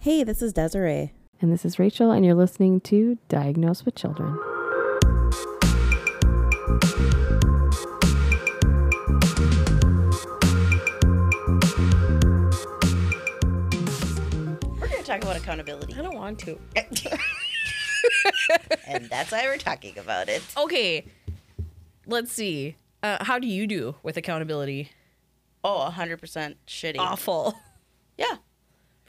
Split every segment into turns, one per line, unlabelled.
Hey, this is Desiree.
And this is Rachel, and you're listening to Diagnosed with Children.
We're going to talk about accountability.
I don't want to.
and that's why we're talking about it.
Okay. Let's see. Uh, how do you do with accountability?
Oh, 100% shitty.
Awful.
Yeah.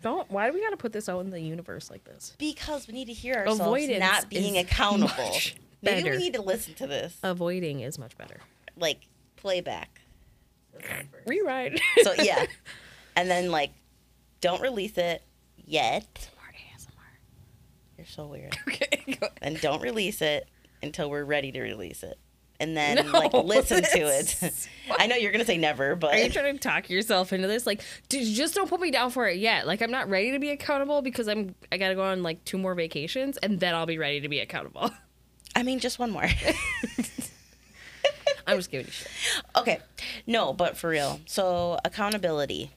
Don't. Why do we got to put this out in the universe like this?
Because we need to hear ourselves
Avoidance
not being
is
accountable.
much
Maybe we
better.
need to listen to this,
Avoiding is much better.
like playback.
Rewrite.
So, yeah. and then, like, don't release it yet. You're so weird.
Okay. go-
And don't release it until we're ready to release it. And then,
No,
like, listen to it.
that's-
I know you're going to say never, but.
Are you trying to talk yourself into this? Like, dude, just don't put me down for it yet. Like, I'm not ready to be accountable because I'm. I gotta go on like two more vacations, and then I'll be ready to be accountable.
I mean, just one more.
I'm just giving you shit.
okay. No, but for real. So, accountability.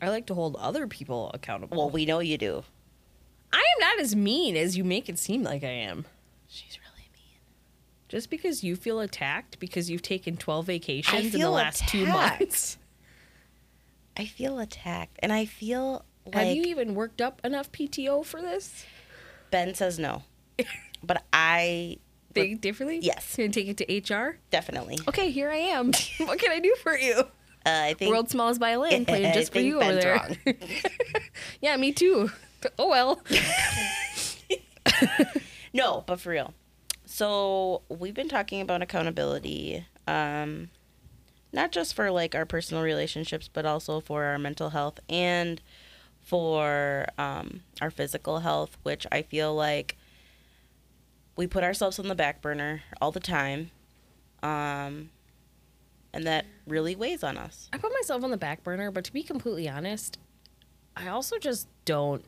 I like to hold other people accountable.
Well, we know you do.
I am not as mean as you make it seem like I am.
She's really mean.
Just because you feel attacked because you've taken 12
I
vacations in the
feel
last two
attacked.
months.
I feel attacked, and I feel
Have
like
you even worked up enough PTO for this?
Ben says no, but I
Think differently?
Yes.
Gonna take it to HR?
definitely. Uh,
Okay, here I am. what can I do for you?
I think
World's smallest violin
I
playing just for
think
you over
Ben's
there.
wrong.
Yeah, me too. Oh well.
no, but for real. So we've been talking about accountability, um, not just for like our personal relationships, but also for our mental health and for um, our physical health, which I feel like we put ourselves on the back burner all the time, um, and that really weighs on us.
I put myself on the back burner, but to be completely honest, I also just don't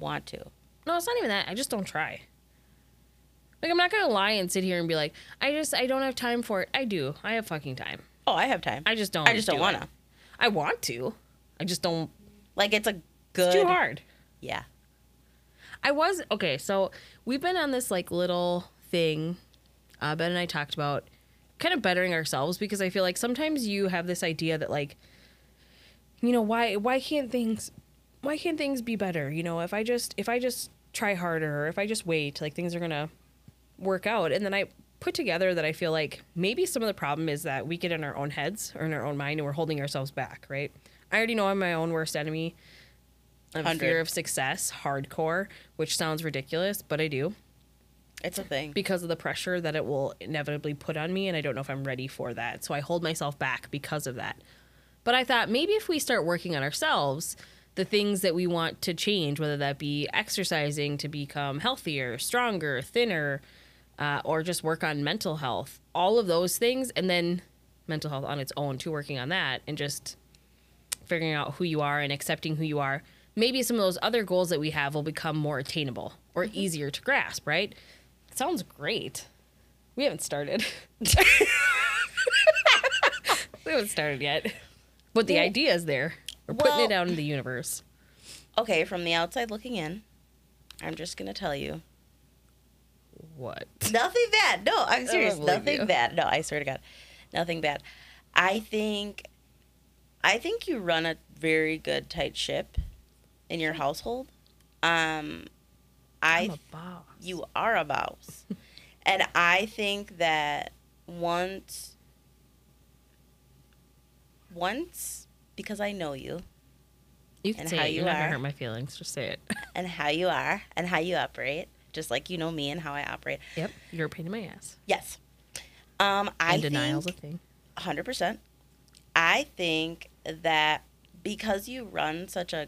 Want to?
No, it's not even that. I just don't try. Like I'm not gonna lie and sit here and be like, I just I don't have time for it. I do. I have fucking time.
Oh, I have time. I,
I just don't.
just don't
do
wanna.
it. I want to. I just don't.
Like it's a good.
It's too hard.
Yeah.
I was okay. So we've been on this like little thing. Uh, ben and I talked about kind of bettering ourselves because I feel like sometimes you have this idea that like, you know, why why can't things why can't things be better? You know, if I just if I just try harder or if I just wait, like things are gonna work out. And then I put together that I feel like maybe some of the problem is that we get in our own heads or in our own mind and we're holding ourselves back, right? I already know I'm my own worst enemy. I have a
100.
fear of success, hardcore, which sounds ridiculous, but I do
It's a thing.
because of the pressure that it will inevitably put on me. And I don't know if I'm ready for that. So I hold myself back because of that. But I thought maybe if we start working on ourselves, the things that we want to change, whether that be exercising to become healthier, stronger, thinner, uh, or just work on mental health, all of those things, and then mental health on its own, too, working on that and just figuring out who you are and accepting who you are, maybe some of those other goals that we have will become more attainable or
Mm-hmm.
easier to grasp, right? Sounds great. We haven't started. we haven't started yet. But the idea is there. We're putting it
well-
out in the universe.
Okay, from the outside looking in, I'm just gonna tell you
What?
nothing bad. No, I'm serious.
believe
Nothing
you.
bad. No, I swear to God, nothing bad. I think, I think you run a very good tight ship in your household. Um, I
I'm a boss.
you are a boss. and I think that once once because I know you
You can
and
say
how
it.
you
You're not
are.
gonna hurt my feelings. Just say it.
and how you are and how you operate, just like you know me and how I operate.
Yep. You're a pain in my ass.
Yes. Um I
And denial's
think
a thing.
100%. I think that because you run such a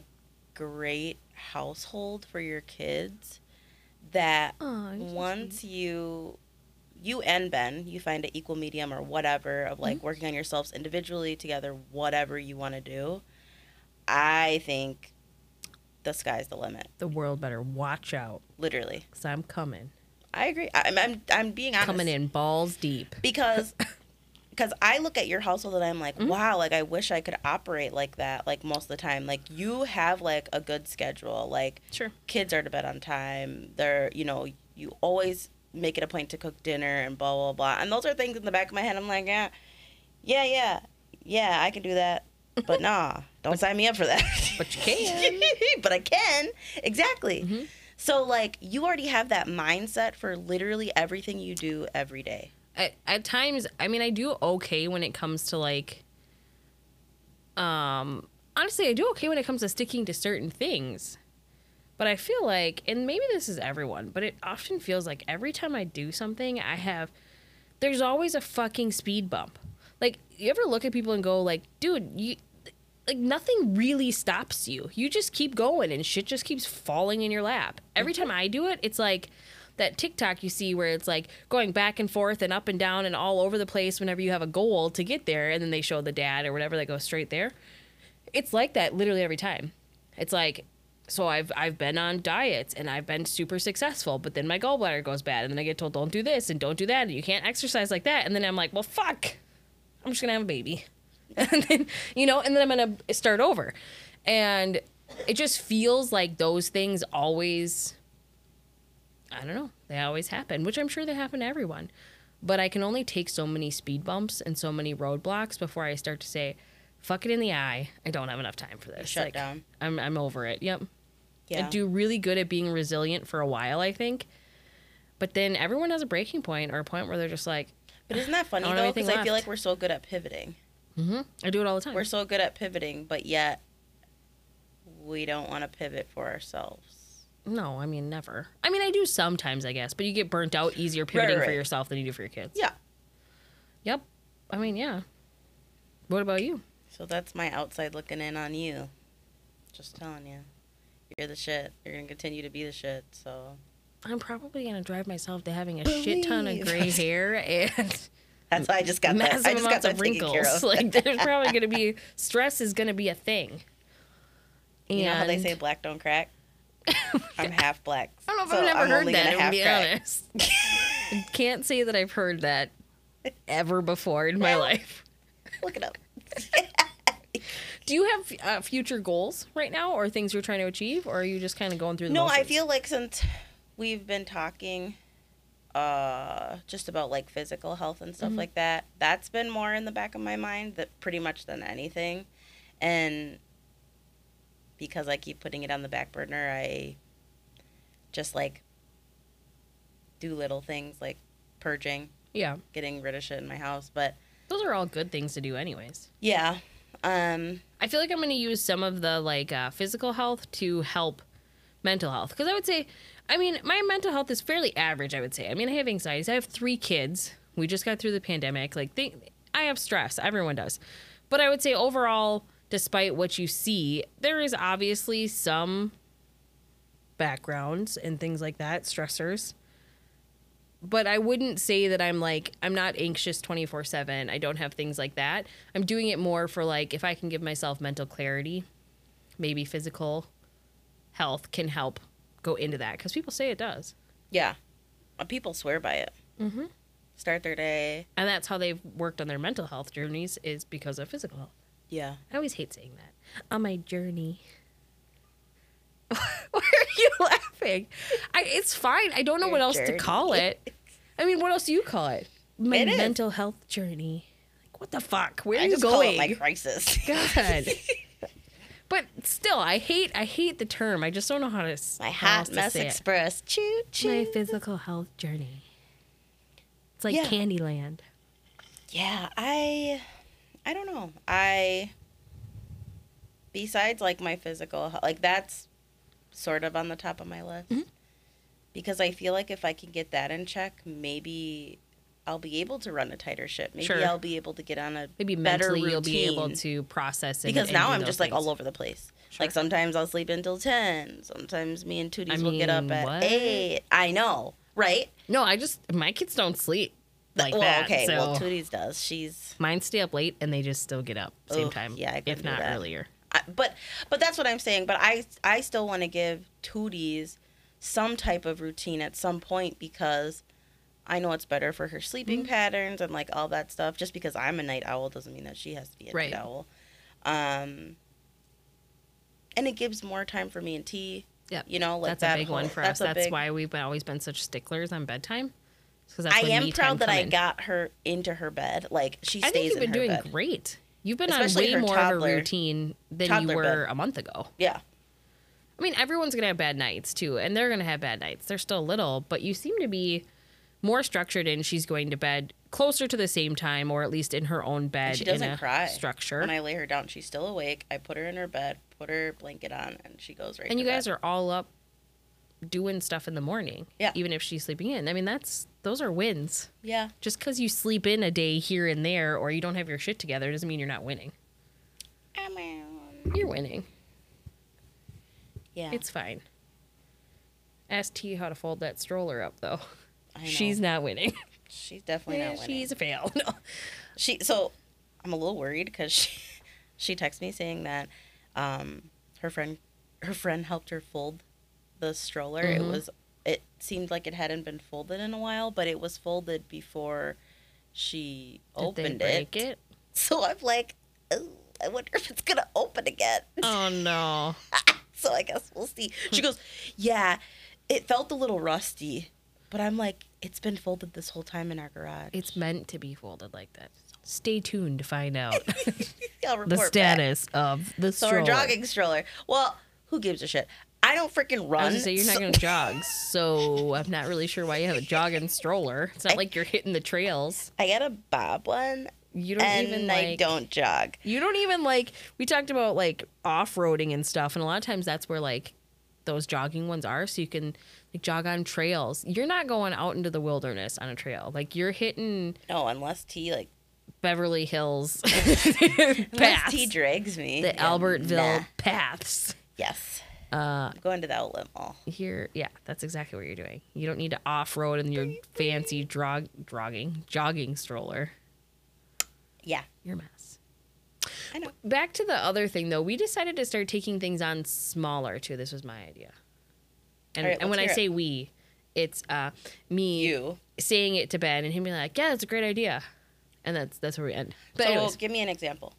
great household for your kids that
Oh,
once you you and ben you find an equal medium or whatever of like working on yourselves individually together whatever you want to do i think the sky's the limit
the world better watch out,
literally
cause I'm coming,
i agree I, i'm i'm being honest
coming in balls deep.
because because I look at your household and I'm like,
Mm-hmm.
wow, like I wish I could operate like that, like most of the time. Like you have like a good schedule. Like
Sure.
kids are to bed on time. They're, you know, you always make it a point to cook dinner and blah blah blah. And those are things in the back of my head. I'm like, yeah, yeah, yeah, yeah, I can do that. But nah, don't sign me up for that.
But Mm-hmm. you can.
but I can exactly. So like you already have that mindset for literally everything you do every day.
at, at times i mean i do okay when it comes to like um honestly i do okay when it comes to sticking to certain things but i feel like and maybe this is everyone but it often feels like every time i do something i have there's always a fucking speed bump like you ever look at people and go like dude you like nothing really stops you. You just keep going and shit just keeps falling in your lap. Every time I do it, it's like that TikTok you see where it's like going back and forth and up and down and all over the place whenever you have a goal to get there and then they show the dad or whatever that goes straight there. It's like that literally every time. It's like so I've I've been on diets and I've been super successful, but then my gallbladder goes bad and then I get told don't do this and don't do that and you can't exercise like that and then I'm like, "Well, fuck. I'm just going to have a baby." and then you know and then i'm gonna start over and it just feels like those things always i don't know they always happen which i'm sure they happen to everyone but i can only take so many speed bumps and so many roadblocks before i start to say fuck it in the eye i don't have enough time for this
shut
Like,
down.
I'm, I'm over it yep
Yeah.
i do really good at being resilient for a while i think but then everyone has a breaking point or a point where they're just like
But isn't that funny
don't have
though?
anything
Because I feel
left.
like we're so good at pivoting.
i do it all the time
We're so good at pivoting, but yet we don't want to pivot for ourselves.
No, I mean never. I mean I do sometimes, I guess, but you get burnt out easier pivoting for
right.
yourself than you do for your kids.
Yeah.
Yep. I mean, yeah. What about you?
So that's my outside looking in on you. Just telling you. You're the shit. You're going to continue to be the shit. So
I'm probably gonna drive myself to having a shit ton of gray hair and
that's why I just got that.
massive
I just got
amounts
that
of
taken care
wrinkles.
of.
Like there's probably gonna be stress is gonna be a thing. And
You know how they say black don't crack? I'm half black.
I don't know if
so
I've never
I'm
heard
only
that.
gonna
To
half
be
crack.
honest, I can't say that I've heard that ever before in my life.
Look it up.
Do you have uh, future goals right now, or things you're trying to achieve, or are you just kind of going through the
No, I
motions?
feel like since we've been talking uh just about like physical health and stuff
Mm-hmm.
like that, that's been more in the back of my mind that pretty much than anything. And because I keep putting it on the back burner, I just like do little things like purging,
yeah.
getting rid of shit in my house, but
Those are all good things to do, anyways.
yeah. Um
I feel like I'm going to use some of the like uh, physical health to help mental health because I would say, I mean, my mental health is fairly average. I would say. I mean, I have anxieties. I have three kids. We just got through the pandemic. Like, they, I have stress. Everyone does. But I would say overall, despite what you see, there is obviously some backgrounds and things like that, stressors. But I wouldn't say that I'm like, I'm not anxious 24 7. I don't have things like that. I'm doing it more for like, if I can give myself mental clarity, maybe physical health can help go into that because people say it does.
yeah. uh, People swear by it. Mhm.
Mm-hmm.
Start their day.
And that's how they've worked on their mental health journeys is because of physical health.
Yeah.
I always hate saying that. On my journey. Why are you laughing? I, it's fine. I don't know
Your
what else to
journey.
call it. I mean, what else do you call it? My
It is.
mental health journey. Like, what the fuck? Where are
I
you
just call
going?
it my crisis.
God. but still, I hate. I hate the term. I just don't know how to. s-
My
how else
hot
to
mess
say it.
express. Choo
My
choo.
physical health journey. It's like
Yeah.
Candyland.
yeah, I I don't know. I besides like my physical he- like that's sort of on the top of my list.
Mm-hmm.
Because I feel like if I can get that in check, maybe I'll be able to run a tighter ship. Maybe
Sure.
I'll be able to get on a
Maybe
better
mentally you'll be able
routine.
to process it.
because
and
now
do
I'm
those
just like
things.
all over the place.
Sure.
Like sometimes I'll sleep until ten. Sometimes me and Tooties will get up
mean,
at
what?
eight. I know, right?
No, I just my kids don't sleep like
well,
that.
okay.
so
Well, Tooties does. She's
mine stay up late and they just still get up same
Ugh,
time.
yeah, I couldn't
if
do
not
that.
earlier.
I, but but that's what I'm saying. But I I still want to give Tooties some type of routine at some point because I know it's better for her sleeping
Mm-hmm.
patterns and like all that stuff. Just because I'm a night owl doesn't mean that she has to be a
Right.
night owl. Um, and it gives more time for me and T.
Yep.
You know, like
that's
that
a big
whole-
one for
that's a
us. That's
big-
why we've been- always been such sticklers on bedtime. Because
I am proud that I got her into her bed. Like she stays
I think you've
in
been
her
doing
bed.
great. You've been
Especially
on
her
way more of
toddler-
a routine than you
toddler
were
bed.
a month ago.
Yeah.
I mean, everyone's gonna have bad nights too, and they're gonna have bad nights. They're still little, but you seem to be more structured in she's going to bed closer to the same time, or at least in her own bed.
she
in
doesn't
a
cry.
Structure.
When I lay her down, she's still awake. I put her in her bed, put her blanket on, and she goes right.
and you guys are all up doing stuff in the morning.
Yeah.
Even if she's sleeping in. I mean, that's those are wins.
Yeah.
Just because you sleep in a day here and there, or you don't have your shit together, doesn't mean you're not winning.
I'm out.
You're winning.
Yeah.
It's fine. Ask T how to fold that stroller up, though.
I know.
She's not winning.
she's definitely not winning.
She's a fail. No.
she so I'm a little worried because she she texted me saying that um her friend her friend helped her fold the stroller. It
Mm-hmm.
was it seemed like it hadn't been folded in a while, but it was folded before she
Did
opened
they
it.
break it.
So I'm like, oh, I wonder if it's gonna open again.
Oh no.
So I guess we'll see. She goes, yeah, it felt a little rusty, but I'm like, it's been folded this whole time in our garage.
It's meant to be folded like that. Stay tuned to find out
I'll
the
report back.
status of the
So
stroller.
our jogging stroller. Well, who gives a shit? I don't freaking run.
I was gonna say you're not
so-
gonna jog, so I'm not really sure why you have a jogging stroller. It's not like you're hitting the trails.
I got a bob one,
You don't
and
even
I
like.
don't jog.
You don't even like. We talked about like off roading and stuff, and a lot of times that's where like those jogging ones are, so you can like jog on trails. You're not going out into the wilderness on a trail. Like you're hitting
No, unless T like
Beverly Hills
unless
paths,
T drags me.
the
Yeah,
Albertville
nah.
paths.
Yes,
Uh,
I'm going to the outlet mall.
here, yeah, that's exactly what you're doing. You don't need to off road in your fancy drog, jogging, jogging stroller.
Yeah,
You're a mess.
I know.
Back to the other thing though, we decided to start taking things on smaller too. This was my idea. And,
All right,
and
let's
when I
hear it.
say we, it's uh, me
You.
saying it to Ben and him being like, yeah, that's a great idea. And that's that's where we end. But
so
anyways,
give me an example.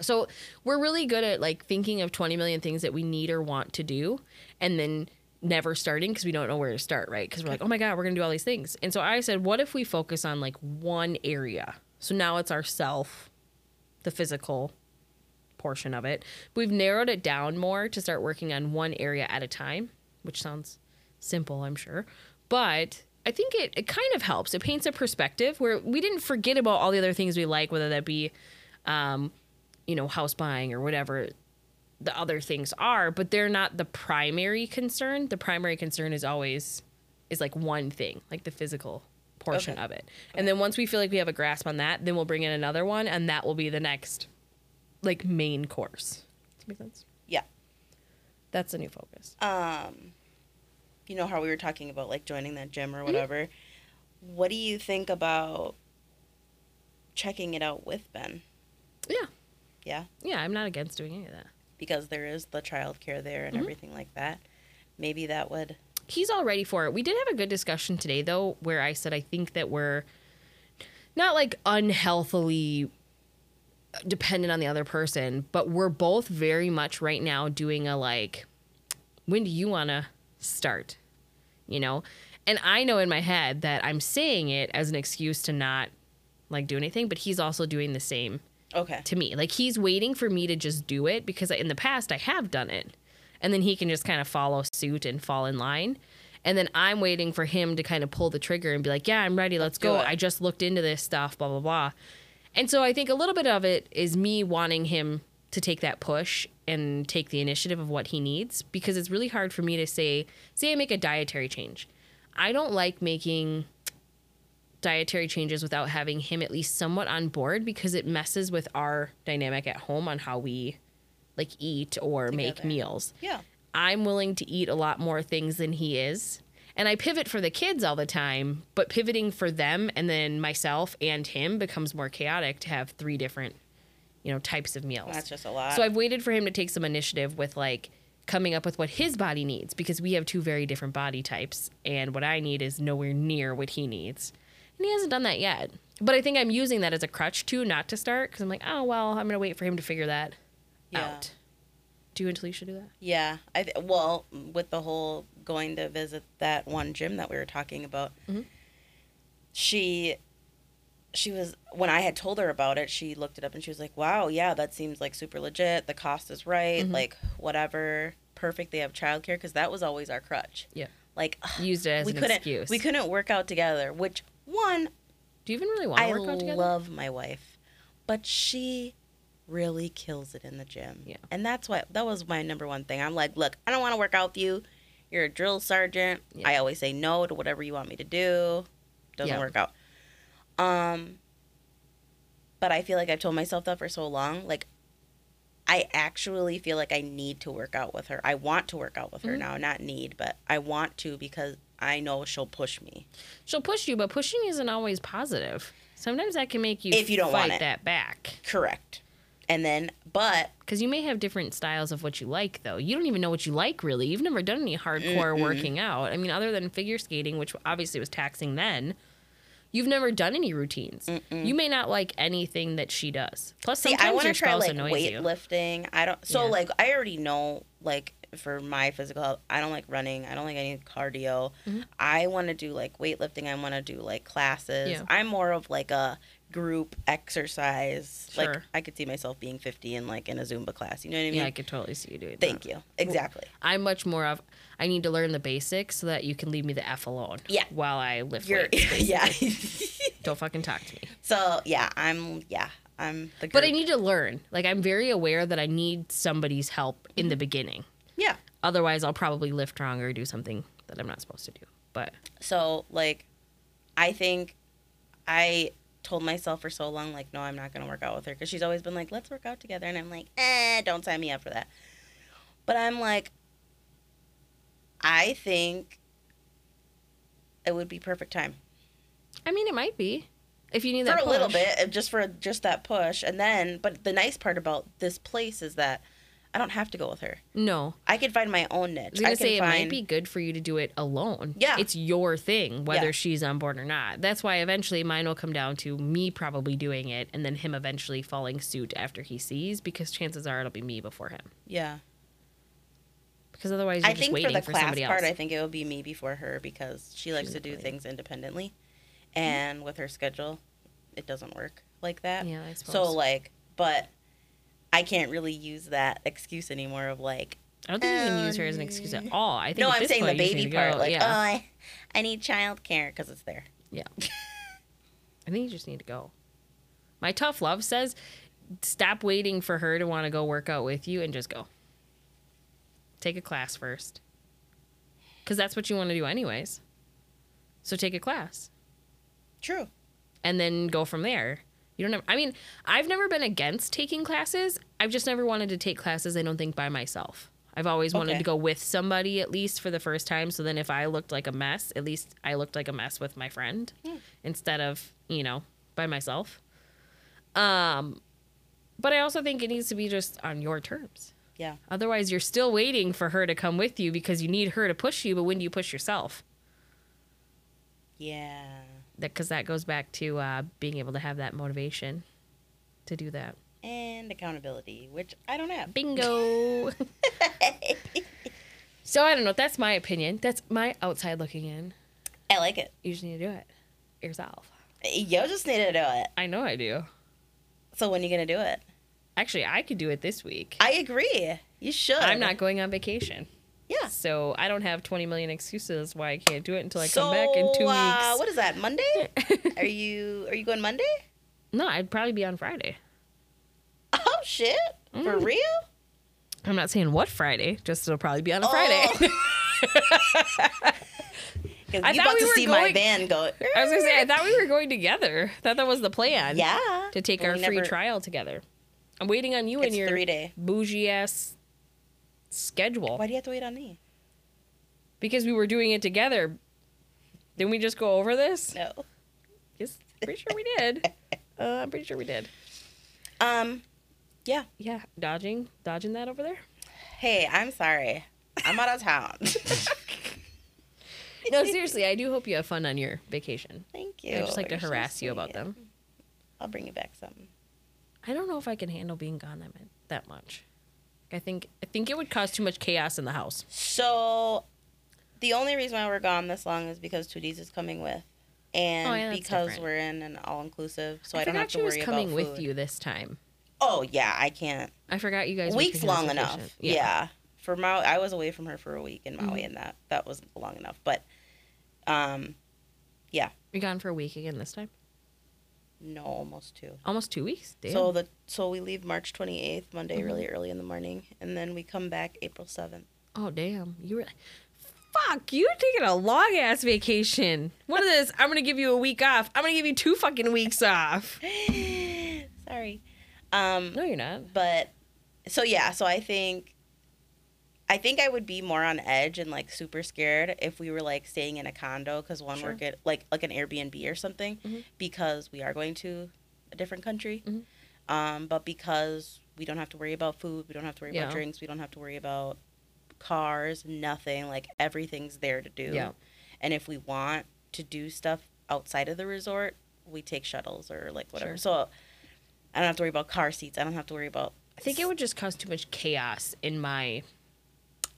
so we're really good at like thinking of 20 million things that we need or want to do and then never starting because we don't know where to start, right? Because we're like, oh my God, we're going to do all these things. And so I said, what if we focus on like one area? So now it's ourself, the physical portion of it. We've narrowed it down more to start working on one area at a time, which sounds simple, I'm sure. But I think it, it kind of helps. It paints a perspective where we didn't forget about all the other things we like, whether that be you know, house buying or whatever the other things are, but they're not the primary concern. The primary concern is always is like one thing, like the physical portion
Okay.
of it. And then once we feel like we have a grasp on that, then we'll bring in another one and that will be the next like main course. Does that make sense? Uh,
Yeah.
That's a new focus.
Um, you know how we were talking about like joining that gym or whatever. What do you think about checking it out with Ben?
yeah.
Yeah.
Yeah, I'm not against doing any of that.
because there is the childcare there and everything like that. Maybe that would.
he's all ready for it. We did have a good discussion today though, where I said I think that we're not like unhealthily dependent on the other person, but we're both very much right now doing a like, when do you want to start? You know? And I know in my head that I'm saying it as an excuse to not like do anything, but he's also doing the same
Okay.
to me. Like he's waiting for me to just do it because in the past I have done it. And then he can just kind of follow suit and fall in line. And then I'm waiting for him to kind of pull the trigger and be like, yeah, I'm ready. Let's,
do
go.
it."
I just looked into this stuff, blah, blah, blah. And so I think a little bit of it is me wanting him to take that push and take the initiative of what he needs because it's really hard for me to say, say I make a dietary change. I don't like making dietary changes without having him at least somewhat on board because it messes with our dynamic at home on how we like eat or make
Together.
meals.
Yeah.
I'm willing to eat a lot more things than he is. And I pivot for the kids all the time, but pivoting for them and then myself and him becomes more chaotic to have three different, you know, types of meals.
That's just a lot.
So I've waited for him to take some initiative with like coming up with what his body needs because we have two very different body types and what I need is nowhere near what he needs. And he hasn't done that yet. But I think I'm using that as a crutch too, not to start, because I'm like, oh, well, I'm going to wait for him to figure that
Yeah.
out. Do you and Talisha do that?
Yeah, I th- well, with the whole going to visit that one gym that we were talking about,
Mhm.
she she was when I had told her about it, she looked it up and she was like, "Wow, yeah, that seems like super legit. The cost is right.
Mhm.
Like whatever. Perfect. They have childcare because that was always our crutch.
Yeah.
Like ugh,
Used it as
we
an
couldn't
excuse.
we couldn't work out together. Which one
do you even really want to
I
work out together?
love my wife, but she really kills it in the gym.
Yeah.
And that's why that was my number one thing. I'm like, look, I don't want to work out with you. You're a drill sergeant.
Yeah.
I always say no to whatever you want me to do. Doesn't
Yeah.
work out. Um but I feel like I've told myself that for so long. Like I actually feel like I need to work out with her. I want to work out with her
Mhm.
now, not need, but I want to because I know she'll push me.
She'll push you, but pushing isn't always positive. Sometimes that can make you
If you don't
fight
want it.
that back.
Correct. And then but
Because you may have different styles of what you like, though. You don't even know what you like, really. You've never done any hardcore working out. I mean, other than figure skating, which obviously was taxing then, you've never done any routines. You may not like anything that she does. Plus,
See,
sometimes
I want to
your
try
spouse
like
annoys you.
weightlifting. I don't. So
Yeah.
like, I already know like for my physical health, I don't like running. I don't like any cardio.
Mm-hmm.
I want to do like weightlifting. I want to do like classes.
Yeah.
I'm more of like a group exercise. Like
Sure.
I could see myself being 50 and like in a Zumba class. You know what I mean?
Yeah, I could totally see you doing that.
Thank you. Exactly.
I'm much more of I need to learn the basics so that you can leave me the f alone.
Yeah.
While I lift
You're
weights.
yeah.
Don't fucking talk to me.
so yeah, I'm yeah, I'm the. Group.
But I need to learn. Like I'm very aware that I need somebody's help in
Mm-hmm.
the beginning.
yeah.
Otherwise, I'll probably lift wrong or do something that I'm not supposed to do. But
So like, I think I told myself for so long like, no, I'm not gonna work out with her because she's always been like, let's work out together, and I'm like, eh, don't sign me up for that. But I'm like, I think it would be perfect time
I mean, it might be if you need that
for a little
push.
bit, uh, just for just that push, and then. But the nice part about this place is that I don't have to go with her.
No,
I can find my own niche.
I was gonna
can
say it
find
might be good for you to do it alone.
Yeah.
it's your thing, whether
Yeah.
she's on board or not. That's why eventually mine will come down to me probably doing it, and then him eventually following suit after he sees, because chances are it'll be me before him.
yeah.
Because otherwise, you're
I
just
think for
waiting
the
for,
class
somebody
part,
else.
I think it would be me before her because she likes to do
independent.
things independently,
Mm-hmm.
and with her schedule, it doesn't work like that.
yeah, I suppose.
so like, but I can't really use that excuse anymore of like.
I don't think you can use her as an excuse at all. I think
um, no,
at
I'm
this
saying the
point, you just need
baby
to go,
part. Like,
yeah,
oh, I, I need childcare because it's there.
I think you just need to go. My tough love says, stop waiting for her to want to go work out with you and just go. Take a class first. Because that's what you want to do, anyways. So take a class
True.
and then go from there. You don't have, I mean, I've never been against taking classes. I've just never wanted to take classes, I don't think, by myself. I've always wanted
Okay.
to go with somebody at least for the first time. So then if I looked like a mess, at least I looked like a mess with my friend instead of, you know, by myself. Um, but I also think it needs to be just on your terms.
Yeah.
Otherwise, you're still waiting for her to come with you because you need her to push you. But when do you push yourself?
Yeah.
because that goes back to uh, being able to have that motivation to do that.
And accountability, which I don't have.
Bingo. so I don't know. That's my opinion. That's my outside looking in.
I like it.
You just need to do it yourself.
You just need to do it.
I know I do.
So when you gonna do it?
Actually, I could do it this week.
I agree. You should.
I'm not going on vacation.
Yeah.
So I don't have 20 million excuses why I can't do it until I come back in two
Uh,
weeks.
what is that? Monday? are you are you going Monday?
No, I'd probably be on Friday.
Oh shit! For
Mm.
real?
I'm not saying what Friday, just it'll probably be on a
Oh.
Friday. I
Because you
thought
about
we
to
were
see my
going-
van go.
I was gonna say I thought we were going together. I thought that was the plan.
yeah.
To take
But
our
we
free
never-
trial together. I'm waiting on you
It's
and your
three day.
bougie ass schedule
Why do you have to wait on me?
because we were doing it together. Didn't we just go over this?
No.
Yes, pretty sure we did. Uh, I'm pretty sure we did.
Um. Yeah.
Yeah, dodging, dodging that over there.
Hey, I'm sorry. I'm out of town.
No, seriously, I do hope you have fun on your vacation.
Thank you.
I just like to
You're so
harass you about
sweet.
them.
I'll bring you back some.
I don't know if I can handle being gone that mu- that much. I think I think it would cause too much chaos in the house.
So, the only reason why we're gone this long is because Tooties is coming with, and
Oh, yeah, that's
because
different.
we're in an all-inclusive, so I,
I,
don't
forgot
have to
she
worry
was coming
about
with
food.
you this time.
Oh yeah, I can't.
I forgot you guys were
Weeks
taking a
long enough.
vacation. Mm-hmm.
Yeah. For Maui, I was away from her for a week in Maui, and that that was long enough. But, um,
you gone for a week again this time.
no, almost two.
Almost two weeks. Damn. Mm-hmm.
So the so we leave March 28th, Monday, really early in the morning, and then we come back April 7th.
oh damn, you were. Fuck, you taking a long ass vacation. What is this? I'm gonna give you a week off. I'm gonna give you two fucking weeks off.
Sorry. Um,
No, you're not.
but so yeah, so I think I think I would be more on edge and like super scared if we were like staying in a condo because one
Sure.
we're get like like an Airbnb or something
Mhm.
because we are going to a different country.
Mhm.
Um, but because we don't have to worry about food, we don't have to worry
Yeah.
about drinks, we don't have to worry about cars, nothing. Like everything's there to do.
Yeah.
And if we want to do stuff outside of the resort, we take shuttles or like whatever.
Sure.
So I don't have to worry about car seats. I don't have to worry about
I think it would just cause too much chaos in my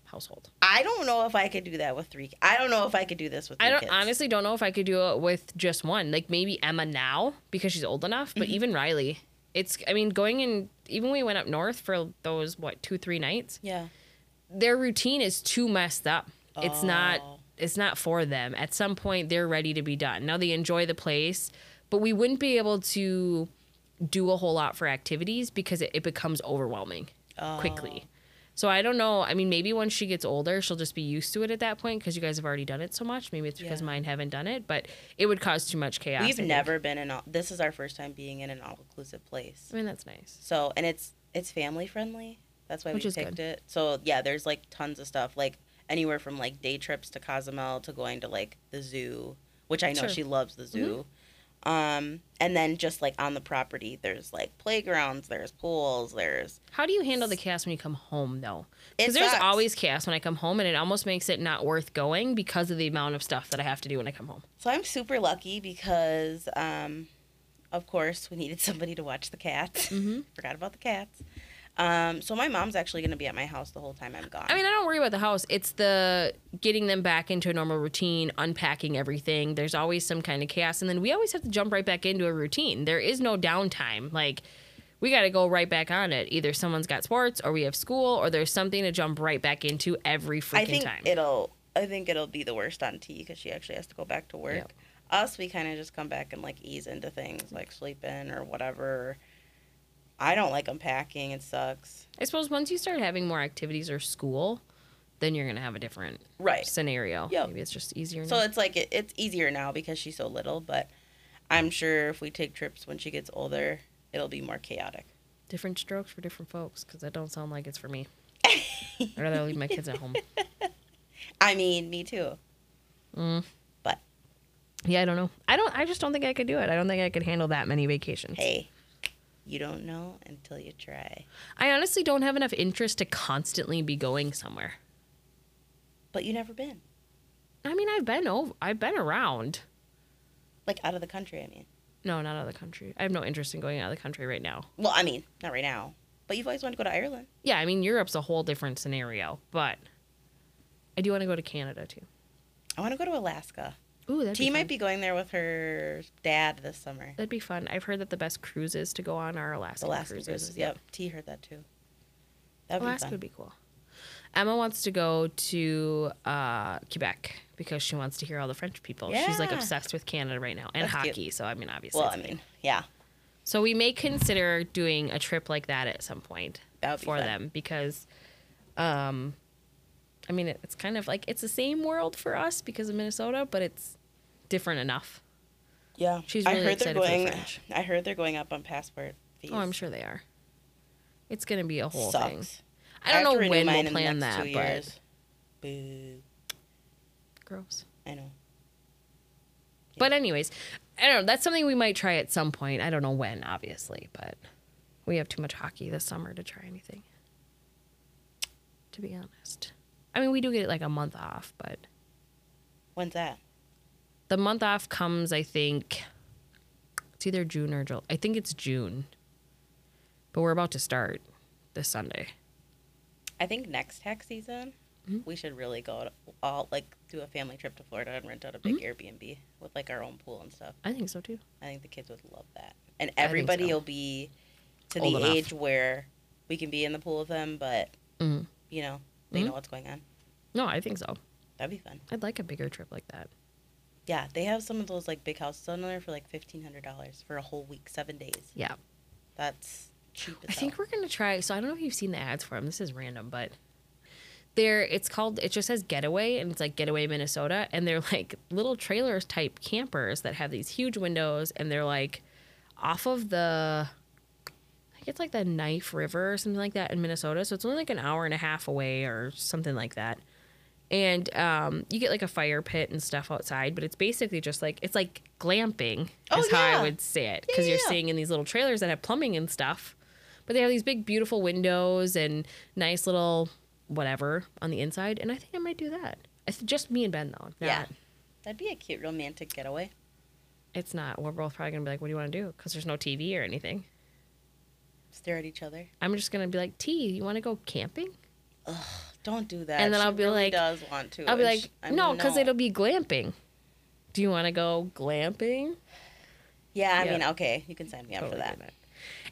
household.
I don't know if I could do that with three. I don't know if I could do this with. Three
I don't
kids.
honestly don't know if I could do it with just one. Like maybe Emma now because she's old enough, but even Riley, it's I mean going in even when we went up north for those what two three nights,
Yeah.
their routine is too messed up. It's not
Oh.
it's not for them. At some point they're ready to be done. Now they enjoy the place, but we wouldn't be able to do a whole lot for activities because it, it becomes overwhelming
Oh.
quickly. So I don't know. I mean, maybe once she gets older, she'll just be used to it at that point because you guys have already done it so much. Maybe it's because
Yeah.
mine haven't done it, but it would cause too much chaos. I
We've
think.
never been in. All, this is our first time being in an all-inclusive place.
I mean, that's nice.
So and it's it's family friendly. That's why
Which
we
is good.
picked it. So yeah, there's like tons of stuff like anywhere from like day trips to Cozumel to going to like the zoo, which I know
Sure. Mm-hmm.
she loves the zoo. Um, and then just like on the property, there's like playgrounds, there's pools, there's
How do you handle the chaos when you come home, though? Because
It
there's
sucks.
always chaos when I come home, and it almost makes it not worth going because of the amount of stuff that I have to do when I come home.
So I'm super lucky because, um, of course, we needed somebody to watch the cats.
Mm-hmm.
Forgot about the cats. Um, so my mom's actually going to be at my house the whole time I'm gone.
I mean, I don't worry about the house. It's the getting them back into a normal routine, unpacking everything. There's always some kind of chaos. And then we always have to jump right back into a routine. There is no downtime. Like, we got to go right back on it. Either someone's got sports, or we have school, or there's something to jump right back into every freaking
I think
time.
it'll. I think it'll be the worst on T because she actually has to go back to work.
Yep.
Us, we kind of just come back and like ease into things like sleep in or whatever. I don't like unpacking; it sucks.
I suppose once you start having more activities or school, then you're going to have a different
Right.
scenario.
Yep.
Maybe it's just easier
So
now.
it's like it, it's easier now because she's so little, but I'm sure if we take trips when she gets older, it'll be more chaotic.
different strokes for different folks because that don't sound like it's for me. I'd rather leave my kids at home.
I mean, me too.
Mm.
But
Yeah, I don't know. I don't. I just don't think I could do it. I don't think I could handle that many vacations.
hey, you don't know until you try.
I honestly don't have enough interest to constantly be going somewhere.
But you never been
I mean, I've been over. I've been around.
like out of the country. I mean,
No, not out of the country. I have no interest in going out of the country right now.
well, I mean, not right now. But you've always wanted to go to Ireland.
Yeah, I mean, Europe's a whole different scenario, but I do want to go to Canada too.
I want to go to Alaska.
Ooh, that
T might be going there with her dad this summer.
That'd be fun. I've heard that the best cruises to go on are Alaska,
The Alaska
cruises.
cruises. Yep. T heard that too. That would
Alaska
be fun.
would be cool. Emma wants to go to uh, Quebec because she wants to hear all the French people. She's like
Yeah.
obsessed with Canada right now and
That's
hockey.
cute.
So I mean, obviously.
well, I
it's a
mean,
thing.
yeah.
So we may consider doing a trip like that at some point
That would be
for
fun.
them because, um, I mean, it- it's kind of like it's the same world for us because of Minnesota, but it's different enough.
Yeah.
She's
I
really
heard they're
excited for the
going.
French.
I heard they're going up on passport fees.
Oh, I'm sure they are. It's gonna be a whole
Sucks.
thing. I don't
have to
know
renew
when
mine in
we'll
the
plan
next
that,
two
but
years. Boo.
gross.
I know.
But anyways, I don't know. That's something we might try at some point. I don't know when, obviously, but we have too much hockey this summer to try anything. To be honest, I mean, we do get like a month off, but
When's that?
the month off comes, I think, it's either June or July. I think it's June. But we're about to start this Sunday.
I think next tax season,
Mm-hmm.
we should really go to all like do a family trip to Florida and rent out a big
Mm-hmm.
Airbnb with like our own pool and stuff.
I think so too.
I think the kids would love that, and everybody
so.
will be to
Old
the
enough.
age where we can be in the pool with them, but
Mm.
you know they know what's going on.
No, I think so.
That'd be fun.
I'd like a bigger trip like that.
Yeah, they have some of those like big houses on there for like fifteen hundred dollars for a whole week, seven days.
Yeah.
That's cheap. As
I think we're gonna try. So I don't know if you've seen the ads for them. This is random, but they're it's called. It just says Getaway, and it's like Getaway Minnesota, and they're like little trailers type campers that have these huge windows, and they're like off of the. I think it's like the Knife River or something like that in Minnesota. So it's only like an hour and a half away or something like that. And um, you get like a fire pit and stuff outside, but it's basically just like it's like glamping is
Oh,
how
yeah.
I would say it because
Yeah,
you're
yeah.
staying in these little trailers that have plumbing and stuff. But they have these big, beautiful windows and nice little whatever on the inside. And I think I might do that. It's just me and Ben though. Not,
Yeah. that'd be a cute romantic getaway.
It's not. We're both probably gonna be like, "What do you want to do?" Because there's no TV or anything.
Stare at each other.
I'm just gonna be like, "T, you want to go camping?"
Don't do that.
And then
She
I'll be
really
like-
does want to.
I'll be
and sh-
like,
I
"No,
mean,
because it'll be glamping." Do you want to go glamping?
Yeah, I
Yeah.
mean, okay, you can sign me up for
Totally
that.
do that.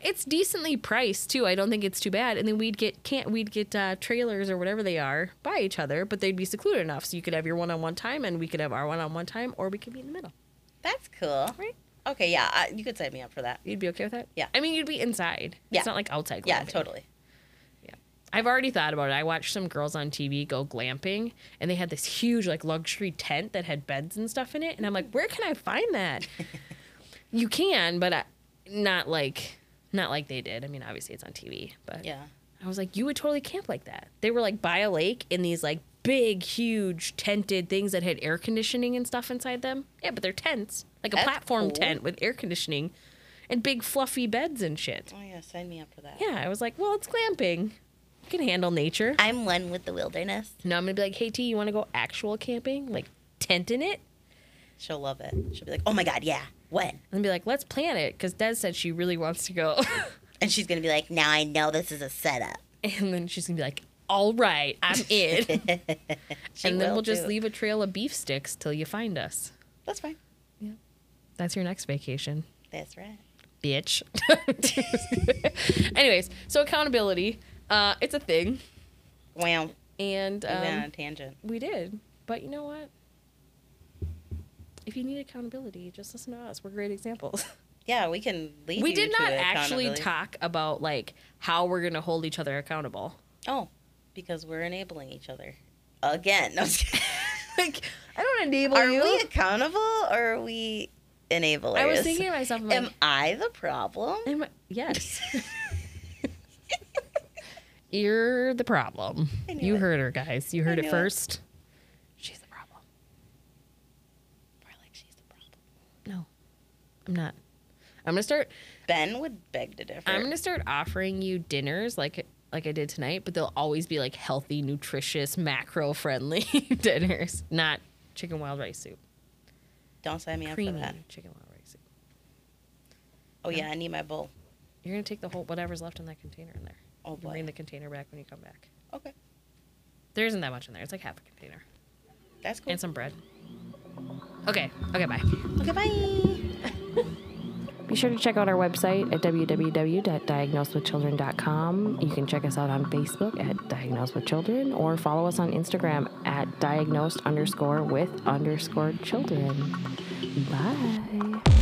It's decently priced too. I don't think it's too bad. And then we'd get can't we'd get uh, trailers or whatever they are by each other, but they'd be secluded enough so you could have your one-on-one time, and we could have our one-on-one time, or we could be in the middle.
That's cool.
Right.
Okay, yeah, I, you could sign me up for that.
You'd be okay with that?
Yeah.
I mean, you'd be inside.
Yeah.
It's not like outside glamping.
Yeah, totally.
I've already thought about it. I watched some girls on TV go glamping, and they had this huge, like, luxury tent that had beds and stuff in it. And I'm like, where can I find that? you can, but I, not like, not like they did. I mean, obviously it's on TV, but
Yeah.
I was like, you would totally camp like that. They were like by a lake in these like big, huge tented things that had air conditioning and stuff inside them. Yeah, but they're tents, like a
That's
platform
cool.
tent with air conditioning, and big fluffy beds and shit.
Oh yeah, sign me up for that.
Yeah, I was like, well, it's glamping. You can handle nature.
I'm one with the wilderness.
Now I'm gonna be like, hey T, you want to go actual camping, like tent in it?
She'll love it. She'll be like, "Oh my god, yeah, what?"
And be like, let's plan it, because Des said she really wants to go.
And she's gonna be like, "Now I know this is a setup."
and then she's gonna be like, all right, I'm in. and
She
then
will
we'll just
too.
leave a trail of beef sticks till you find us.
That's fine.
That's your next vacation,
That's right.
bitch. Anyways, so accountability, uh, it's a thing, Um,
Wow. We
and um,
went on a tangent.
we did. But you know what? If you need accountability, just listen to us. We're great examples.
Yeah, we can lead.
we
you
did
to
not actually
accountability.
talk about like how we're gonna hold each other accountable.
Oh, because we're enabling each other again. No, I'm just kidding.
like, I don't enable
are
you.
we accountable or are we enablers?
I was thinking to myself, I'm like,
am I the problem?
am I- yes, you're the problem.
I knew
You
it.
heard her, guys. You heard
knew
it
it.
first. She's the problem.
Or like she's the problem.
No, I'm not. I'm gonna start.
Ben would beg to differ.
I'm gonna start offering you dinners like like I did tonight, but they'll always be like healthy, nutritious, macro friendly dinners, not chicken wild rice soup.
Don't sign me up for
Creamy
that.
chicken wild rice soup.
Oh yeah, I need my bowl.
You're gonna take the whole whatever's left in that container in there.
Oh
You can bring
boy.
the container back when you come back.
Okay,
There isn't that much in there. It's like half a container
that's cool.
and some bread. Okay. Okay. Bye.
Okay, bye.
Be sure to check out our website at www.diagnosedwithchildren.com. You can check us out on Facebook at Diagnosed with Children or follow us on Instagram at diagnosed underscore with underscore children. Bye.